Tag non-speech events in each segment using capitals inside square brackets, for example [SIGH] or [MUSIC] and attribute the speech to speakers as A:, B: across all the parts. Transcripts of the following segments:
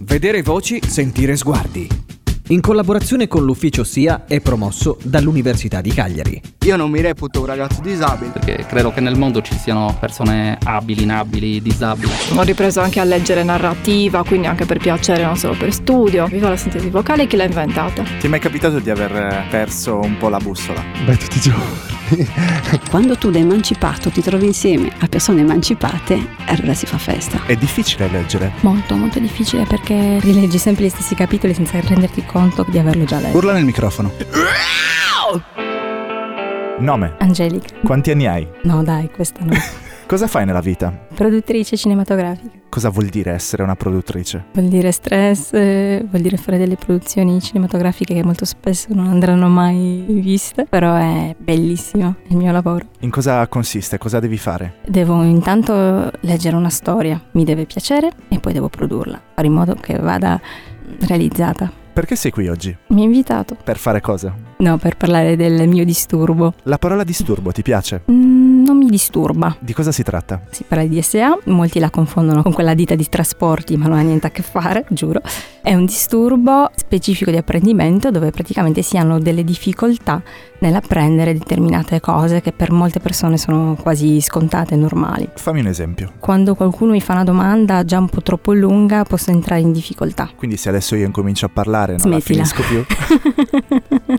A: Vedere voci, sentire sguardi.
B: In collaborazione con l'ufficio SIA è promosso dall'Università di Cagliari.
C: Io non mi reputo un ragazzo disabile.
D: Perché credo che nel mondo ci siano persone abili, inabili, disabili.
E: Ho ripreso anche a leggere narrativa, quindi anche per piacere, non solo per studio. Viva la sintesi vocale, chi l'ha inventata?
F: Ti è mai capitato di aver perso un po' la bussola?
G: Beh, tutti i giorni.
H: Quando tu da emancipato ti trovi insieme a persone emancipate, allora si fa festa.
F: È difficile leggere?
I: Molto, molto difficile perché rileggi sempre gli stessi capitoli senza renderti conto di averlo già letto.
J: Urla nel microfono.
F: Nome.
I: Angelica.
F: Quanti anni hai?
I: No, dai, questa no.
F: Cosa fai nella vita?
I: Produttrice cinematografica.
F: Cosa vuol dire essere una produttrice?
I: Vuol dire stress, eh, vuol dire fare delle produzioni cinematografiche che molto spesso non andranno mai viste, però è bellissimo è il mio lavoro.
F: In cosa consiste? Cosa devi fare?
I: Devo intanto leggere una storia, mi deve piacere e poi devo produrla, fare in modo che vada realizzata.
F: Perché sei qui oggi?
I: Mi ha invitato.
F: Per fare cosa?
I: No, per parlare del mio disturbo.
F: La parola disturbo ti piace?
I: Mm, non mi disturba.
F: Di cosa si tratta?
I: Si parla di DSA, molti la confondono con quella ditta di trasporti, ma non ha niente a che fare, giuro. È un disturbo specifico di apprendimento dove praticamente si hanno delle difficoltà nell'apprendere determinate cose che per molte persone sono quasi scontate e normali.
F: Fammi un esempio.
I: Quando qualcuno mi fa una domanda già un po' troppo lunga posso entrare in difficoltà. [LAUGHS]
F: Quindi se adesso io incomincio a parlare non
I: Smettila.
F: la finisco più.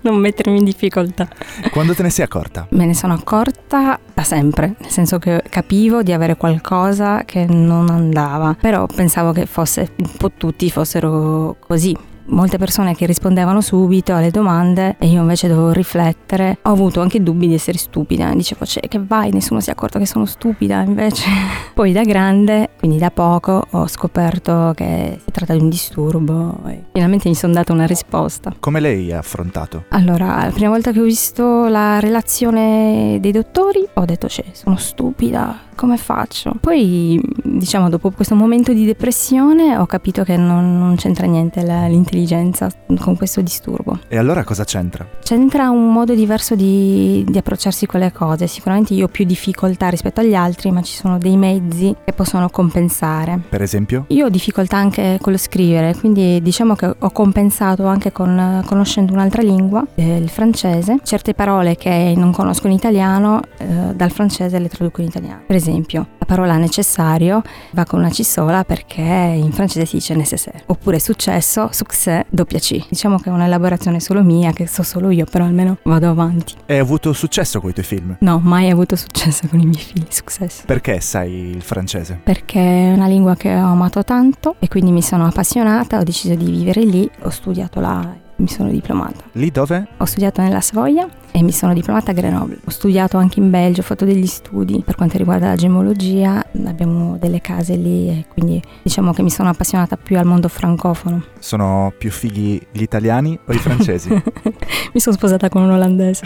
I: non mettermi in difficoltà.
F: Quando te ne sei accorta?
I: Me ne sono accorta da sempre, nel senso che capivo di avere qualcosa che non andava, però pensavo che fosse un po' tutti fossero così. Molte persone che rispondevano subito alle domande e io invece dovevo riflettere. Ho avuto anche dubbi di essere stupida. Dicevo, cioè, che vai, nessuno si è accorto che sono stupida invece. [LAUGHS] Poi da grande, quindi da poco, ho scoperto che si tratta di un disturbo e finalmente mi sono data una risposta.
F: Come lei ha affrontato?
I: Allora, la prima volta che ho visto la relazione dei dottori ho detto, cioè, sono stupida, come faccio? Poi, diciamo, dopo questo momento di depressione ho capito che non, non c'entra niente la, l'intelligenza con questo disturbo.
F: E allora cosa c'entra?
I: C'entra un modo diverso di, di approcciarsi con le cose. Sicuramente io ho più difficoltà rispetto agli altri, ma ci sono dei mezzi che possono compensare.
F: Per esempio?
I: Io ho difficoltà anche con lo scrivere, quindi diciamo che ho compensato anche con, conoscendo un'altra lingua, eh, il francese. Certe parole che non conosco in italiano, eh, dal francese le traduco in italiano. Per esempio, la parola necessario va con una C sola perché in francese si dice nécessaire. Oppure successo, succès, doppia C. Diciamo che è un'elaborazione solo mia, che so solo io, però almeno vado avanti.
F: E hai avuto successo con i tuoi film?
I: No, mai avuto successo con i miei film, successo.
F: Perché sai il francese?
I: Perché è una lingua che ho amato tanto e quindi mi sono appassionata, ho deciso di vivere lì, ho studiato là mi sono diplomata.
F: Lì dove?
I: Ho studiato nella Savoia e mi sono diplomata a Grenoble. Ho studiato anche in Belgio, ho fatto degli studi per quanto riguarda la gemologia, abbiamo delle case lì e quindi diciamo che mi sono appassionata più al mondo francofono. [LAUGHS]
F: Sono più fighi gli italiani o i francesi?
I: mi sono sposata con un olandese.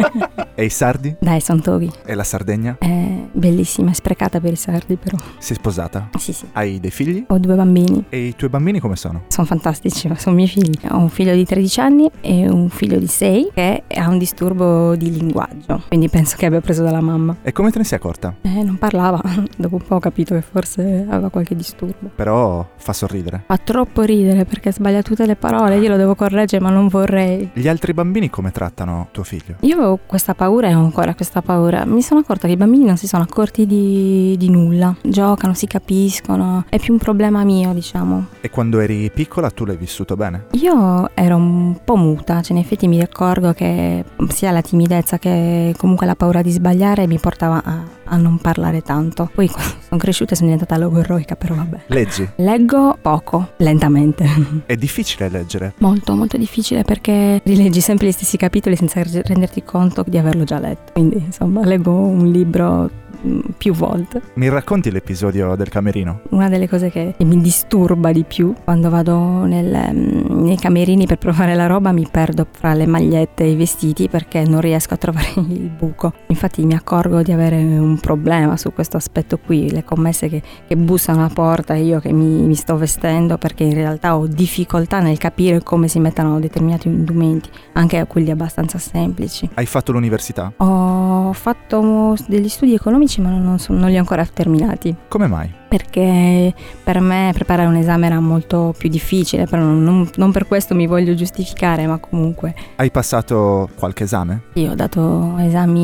F: [LAUGHS] e i sardi?
I: Dai, sono toghi.
F: E la Sardegna?
I: È bellissima, è sprecata per i sardi però.
F: Sei sposata?
I: Sì, sì.
F: Hai dei figli?
I: Ho due bambini.
F: E i tuoi bambini come sono?
I: Sono fantastici, ma sono miei figli. Ho un figlio di 13 anni e un figlio di 6 che ha un disturbo di linguaggio, quindi penso che abbia preso dalla mamma.
F: E come te ne sei accorta?
I: Eh, non parlava, [LAUGHS] dopo un po' ho capito che forse aveva qualche disturbo.
F: Però fa sorridere.
I: Fa troppo ridere perché sbaglia tutte le parole, io lo devo correggere ma non vorrei.
F: Gli altri bambini come trattano tuo figlio?
I: Io avevo questa paura e ho ancora questa paura. Mi sono accorta che i bambini non si sono accorti di, di nulla. Giocano, si capiscono, è più un problema mio diciamo.
F: E quando eri piccola tu l'hai vissuto bene?
I: Io ero un po' muta, cioè in effetti mi ricordo che sia la timidezza che comunque la paura di sbagliare mi portava a, a non parlare tanto. Poi [LAUGHS] quando sono cresciuta e sono diventata logorroica, però vabbè.
F: Leggi?
I: Leggo poco, lentamente. [LAUGHS]
F: È difficile leggere?
I: Molto, molto difficile perché rileggi sempre gli stessi capitoli senza renderti conto di averlo già letto. Quindi insomma leggo un libro mm, più volte.
F: Mi racconti l'episodio del camerino?
I: Una delle cose che mi disturba di più quando vado nel, mm, nei camerini per provare la roba mi perdo fra le magliette e i vestiti perché non riesco a trovare [LAUGHS] il buco. Infatti mi accorgo di avere un problema su questo aspetto qui, le commesse che, che bussano alla porta e io che mi, mi sto vestendo perché in realtà ho difficoltà nel capire come si mettono determinati indumenti, anche quelli abbastanza semplici.
F: Hai fatto l'università?
I: Ho fatto degli studi economici ma non, so, non, li ho ancora terminati.
F: Come mai?
I: perché per me preparare un esame era molto più difficile, però non, non per questo mi voglio giustificare, ma comunque
F: Hai passato qualche esame?
I: io ho dato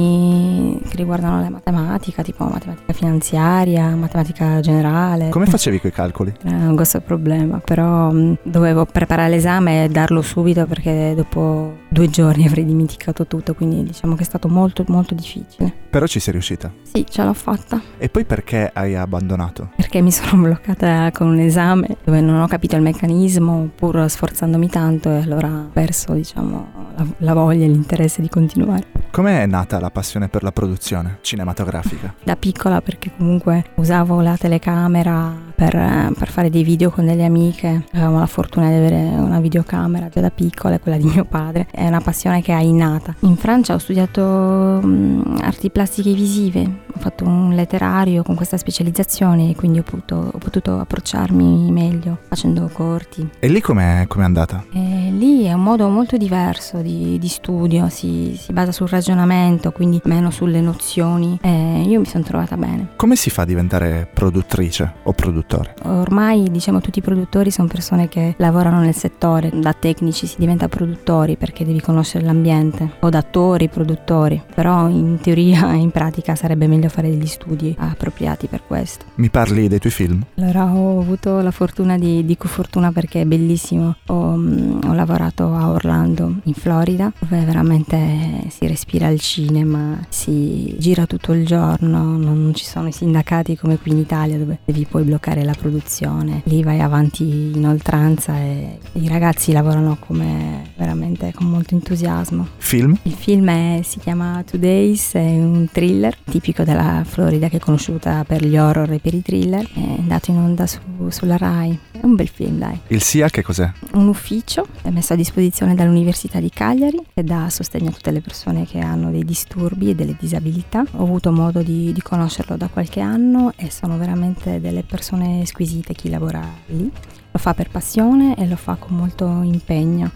I: esami che riguardano la matematica, tipo matematica finanziaria, matematica generale.
F: Come facevi coi calcoli?
I: Era un grosso problema, però mh, dovevo preparare l'esame e darlo subito perché dopo due giorni [LAUGHS] avrei dimenticato tutto, quindi diciamo che è stato molto molto difficile.
F: Però ci sei riuscita.
I: Sì, ce l'ho fatta
F: E poi perché hai abbandonato?
I: perché mi sono [LAUGHS] bloccata con un esame dove non ho capito il meccanismo pur sforzandomi tanto e allora ho perso diciamo la, la voglia e l'interesse di continuare.
F: Com'è nata la passione per la produzione cinematografica?
I: Da piccola perché comunque usavo la telecamera per, eh, per fare dei video con delle amiche, avevamo la fortuna di avere una videocamera già da piccola, è quella di mio padre, è una passione che è innata. In Francia ho studiato mh, arti plastiche visive, ho fatto un letterario con questa specializzazione e quindi ho potuto, ho potuto approcciarmi meglio facendo corti.
F: E lì com'è, com'è andata?
I: E lì è un modo molto diverso di, di studio, si, si basa sul ragionamento, quindi meno sulle nozioni e io mi sono trovata bene.
F: Come si fa a diventare produttrice o produttore?
I: Ormai diciamo tutti i produttori sono persone che lavorano nel settore, da tecnici si diventa produttori perché devi conoscere l'ambiente o da attori, produttori, però in teoria [LAUGHS] e in pratica sarebbe meglio fare degli studi appropriati per questo.
F: Mi parli dei tuoi film?
I: Allora ho avuto la fortuna di, dico fortuna perché è bellissimo, ho, mm, ho lavorato a Orlando in Florida dove veramente si respira il cinema, si gira tutto il giorno, non ci sono i sindacati come qui in Italia dove devi poi bloccare la produzione, lì vai avanti in oltranza e i ragazzi lavorano come veramente con molto entusiasmo.
F: Film?
I: Il film è- si chiama Two Days, è un thriller tipico della Florida che è conosciuta per gli horror e per i thriller, è andato in onda su- sulla RAI, è un bel film dai.
F: Il SIA che cos'è?
I: Un ufficio è messo a disposizione dall'Università di Cagliari che dà sostegno a tutte le persone che hanno dei disturbi e delle disabilità. Ho avuto modo di, di conoscerlo da qualche anno e sono veramente delle persone squisite chi lavora lì. Lo fa per passione e lo fa con molto impegno.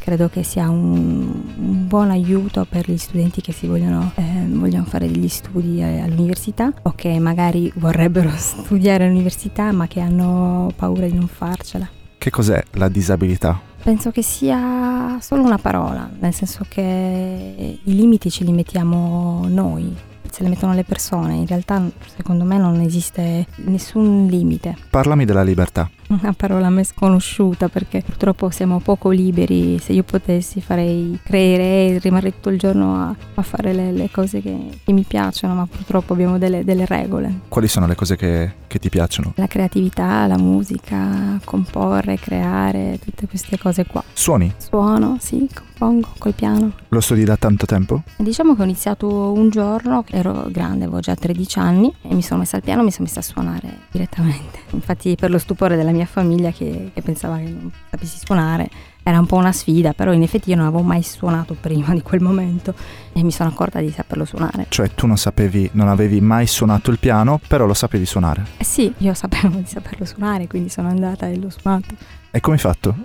I: Credo che sia un, un buon aiuto per gli studenti che si vogliono, eh, vogliono fare degli studi eh, all'università o che magari vorrebbero [LAUGHS] studiare all'università ma che hanno paura di non farcela.
F: Che cos'è la disabilità?
I: Penso che sia solo una parola, nel senso che i limiti ce li mettiamo noi, se li mettono le persone. In realtà, secondo me, non esiste nessun limite.
F: Parlami della libertà.
I: Una parola a me sconosciuta perché purtroppo siamo poco liberi. Se io potessi, farei, creerei, rimarrei tutto il giorno a, a fare le, le cose che, che mi piacciono, ma purtroppo abbiamo delle- delle regole
F: Quali sono le cose che, che ti piacciono?
I: la creatività, la musica, comporre, creare, tutte queste cose qua.
F: Suoni?
I: Suono, sì, compongo col piano.
F: Lo studi da tanto tempo?
I: Diciamo che ho iniziato un giorno, ero grande, avevo già 13 anni e mi sono messa al piano e mi sono messa a suonare direttamente. Infatti per lo stupore della mia famiglia che, che pensava che non sapessi suonare era un po' una sfida, però in effetti io non avevo mai suonato prima di quel momento e mi sono accorta di saperlo suonare.
F: Cioè tu non sapevi, non avevi mai suonato il piano, però lo sapevi suonare.
I: Eh sì, io sapevo di saperlo suonare, quindi sono andata e l'ho suonato.
F: E come hai fatto?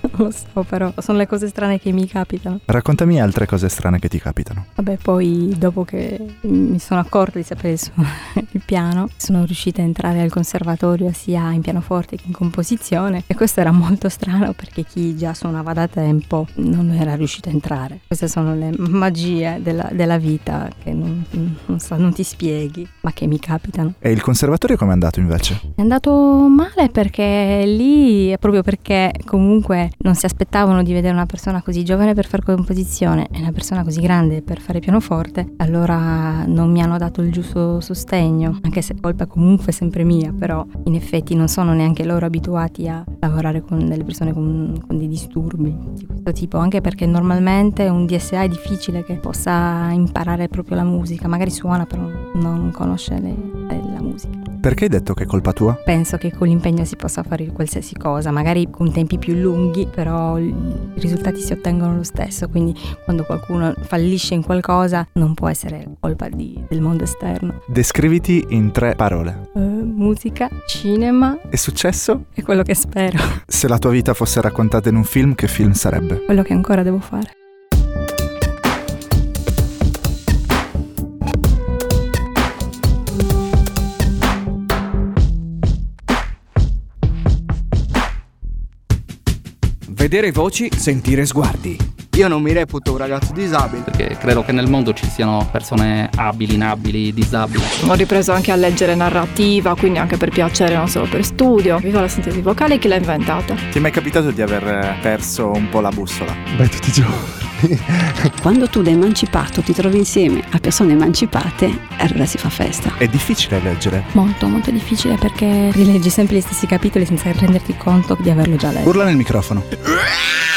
I: Non lo so, però sono le cose strane che mi capitano.
F: Raccontami altre cose strane che ti capitano.
I: Vabbè, poi dopo che mi sono accorta di sapere suonare [LAUGHS] il piano, sono riuscita a entrare al conservatorio sia in pianoforte che in composizione e questo era molto strano perché chi già suonava da tempo non era riuscito a entrare. Queste sono le magie della, della vita che non, non so, non ti spieghi, ma che mi capitano.
F: E il conservatorio com'è andato invece?
I: È andato male perché lì, è proprio perché comunque non si aspettavano di vedere una persona così giovane per fare composizione e una persona così grande per fare pianoforte, allora non mi hanno dato il giusto sostegno, anche se colpa comunque è sempre mia, però in effetti non sono neanche loro abituati a lavorare con delle persone con, con dei disturbi di questo tipo, anche perché normalmente un DSA è difficile che possa imparare proprio la musica, magari suona però non conosce le- la musica.
F: Perché hai detto che è colpa tua?
I: Penso che con l'impegno si possa fare qualsiasi cosa, magari con tempi più lunghi, però i risultati si ottengono lo stesso, quindi quando qualcuno fallisce in qualcosa non può essere colpa di- del mondo esterno.
F: Descriviti in tre parole.
I: Eh, musica, cinema
F: È successo?
I: è quello che spero, [LAUGHS]
F: Se la tua vita fosse raccontata in un film, che film sarebbe?
I: quello che ancora devo fare.
A: Vedere voci, sentire sguardi.
C: Io non mi reputo un ragazzo disabile.
D: perché credo che nel mondo ci siano persone abili, inabili, disabili.
E: Ho ripreso anche a leggere narrativa, quindi anche per piacere, non solo per studio. Viva la sintesi vocale, chi l'ha inventata?
F: Ti è mai capitato di aver eh, perso un po' la bussola?
G: Beh, tutti i giorni.
H: Quando tu da emancipato ti trovi insieme a persone emancipate, allora si fa festa.
F: È difficile leggere.
I: Molto, molto difficile perché rileggi sempre gli stessi capitoli senza renderti conto di averlo già letto.
J: Urla nel microfono.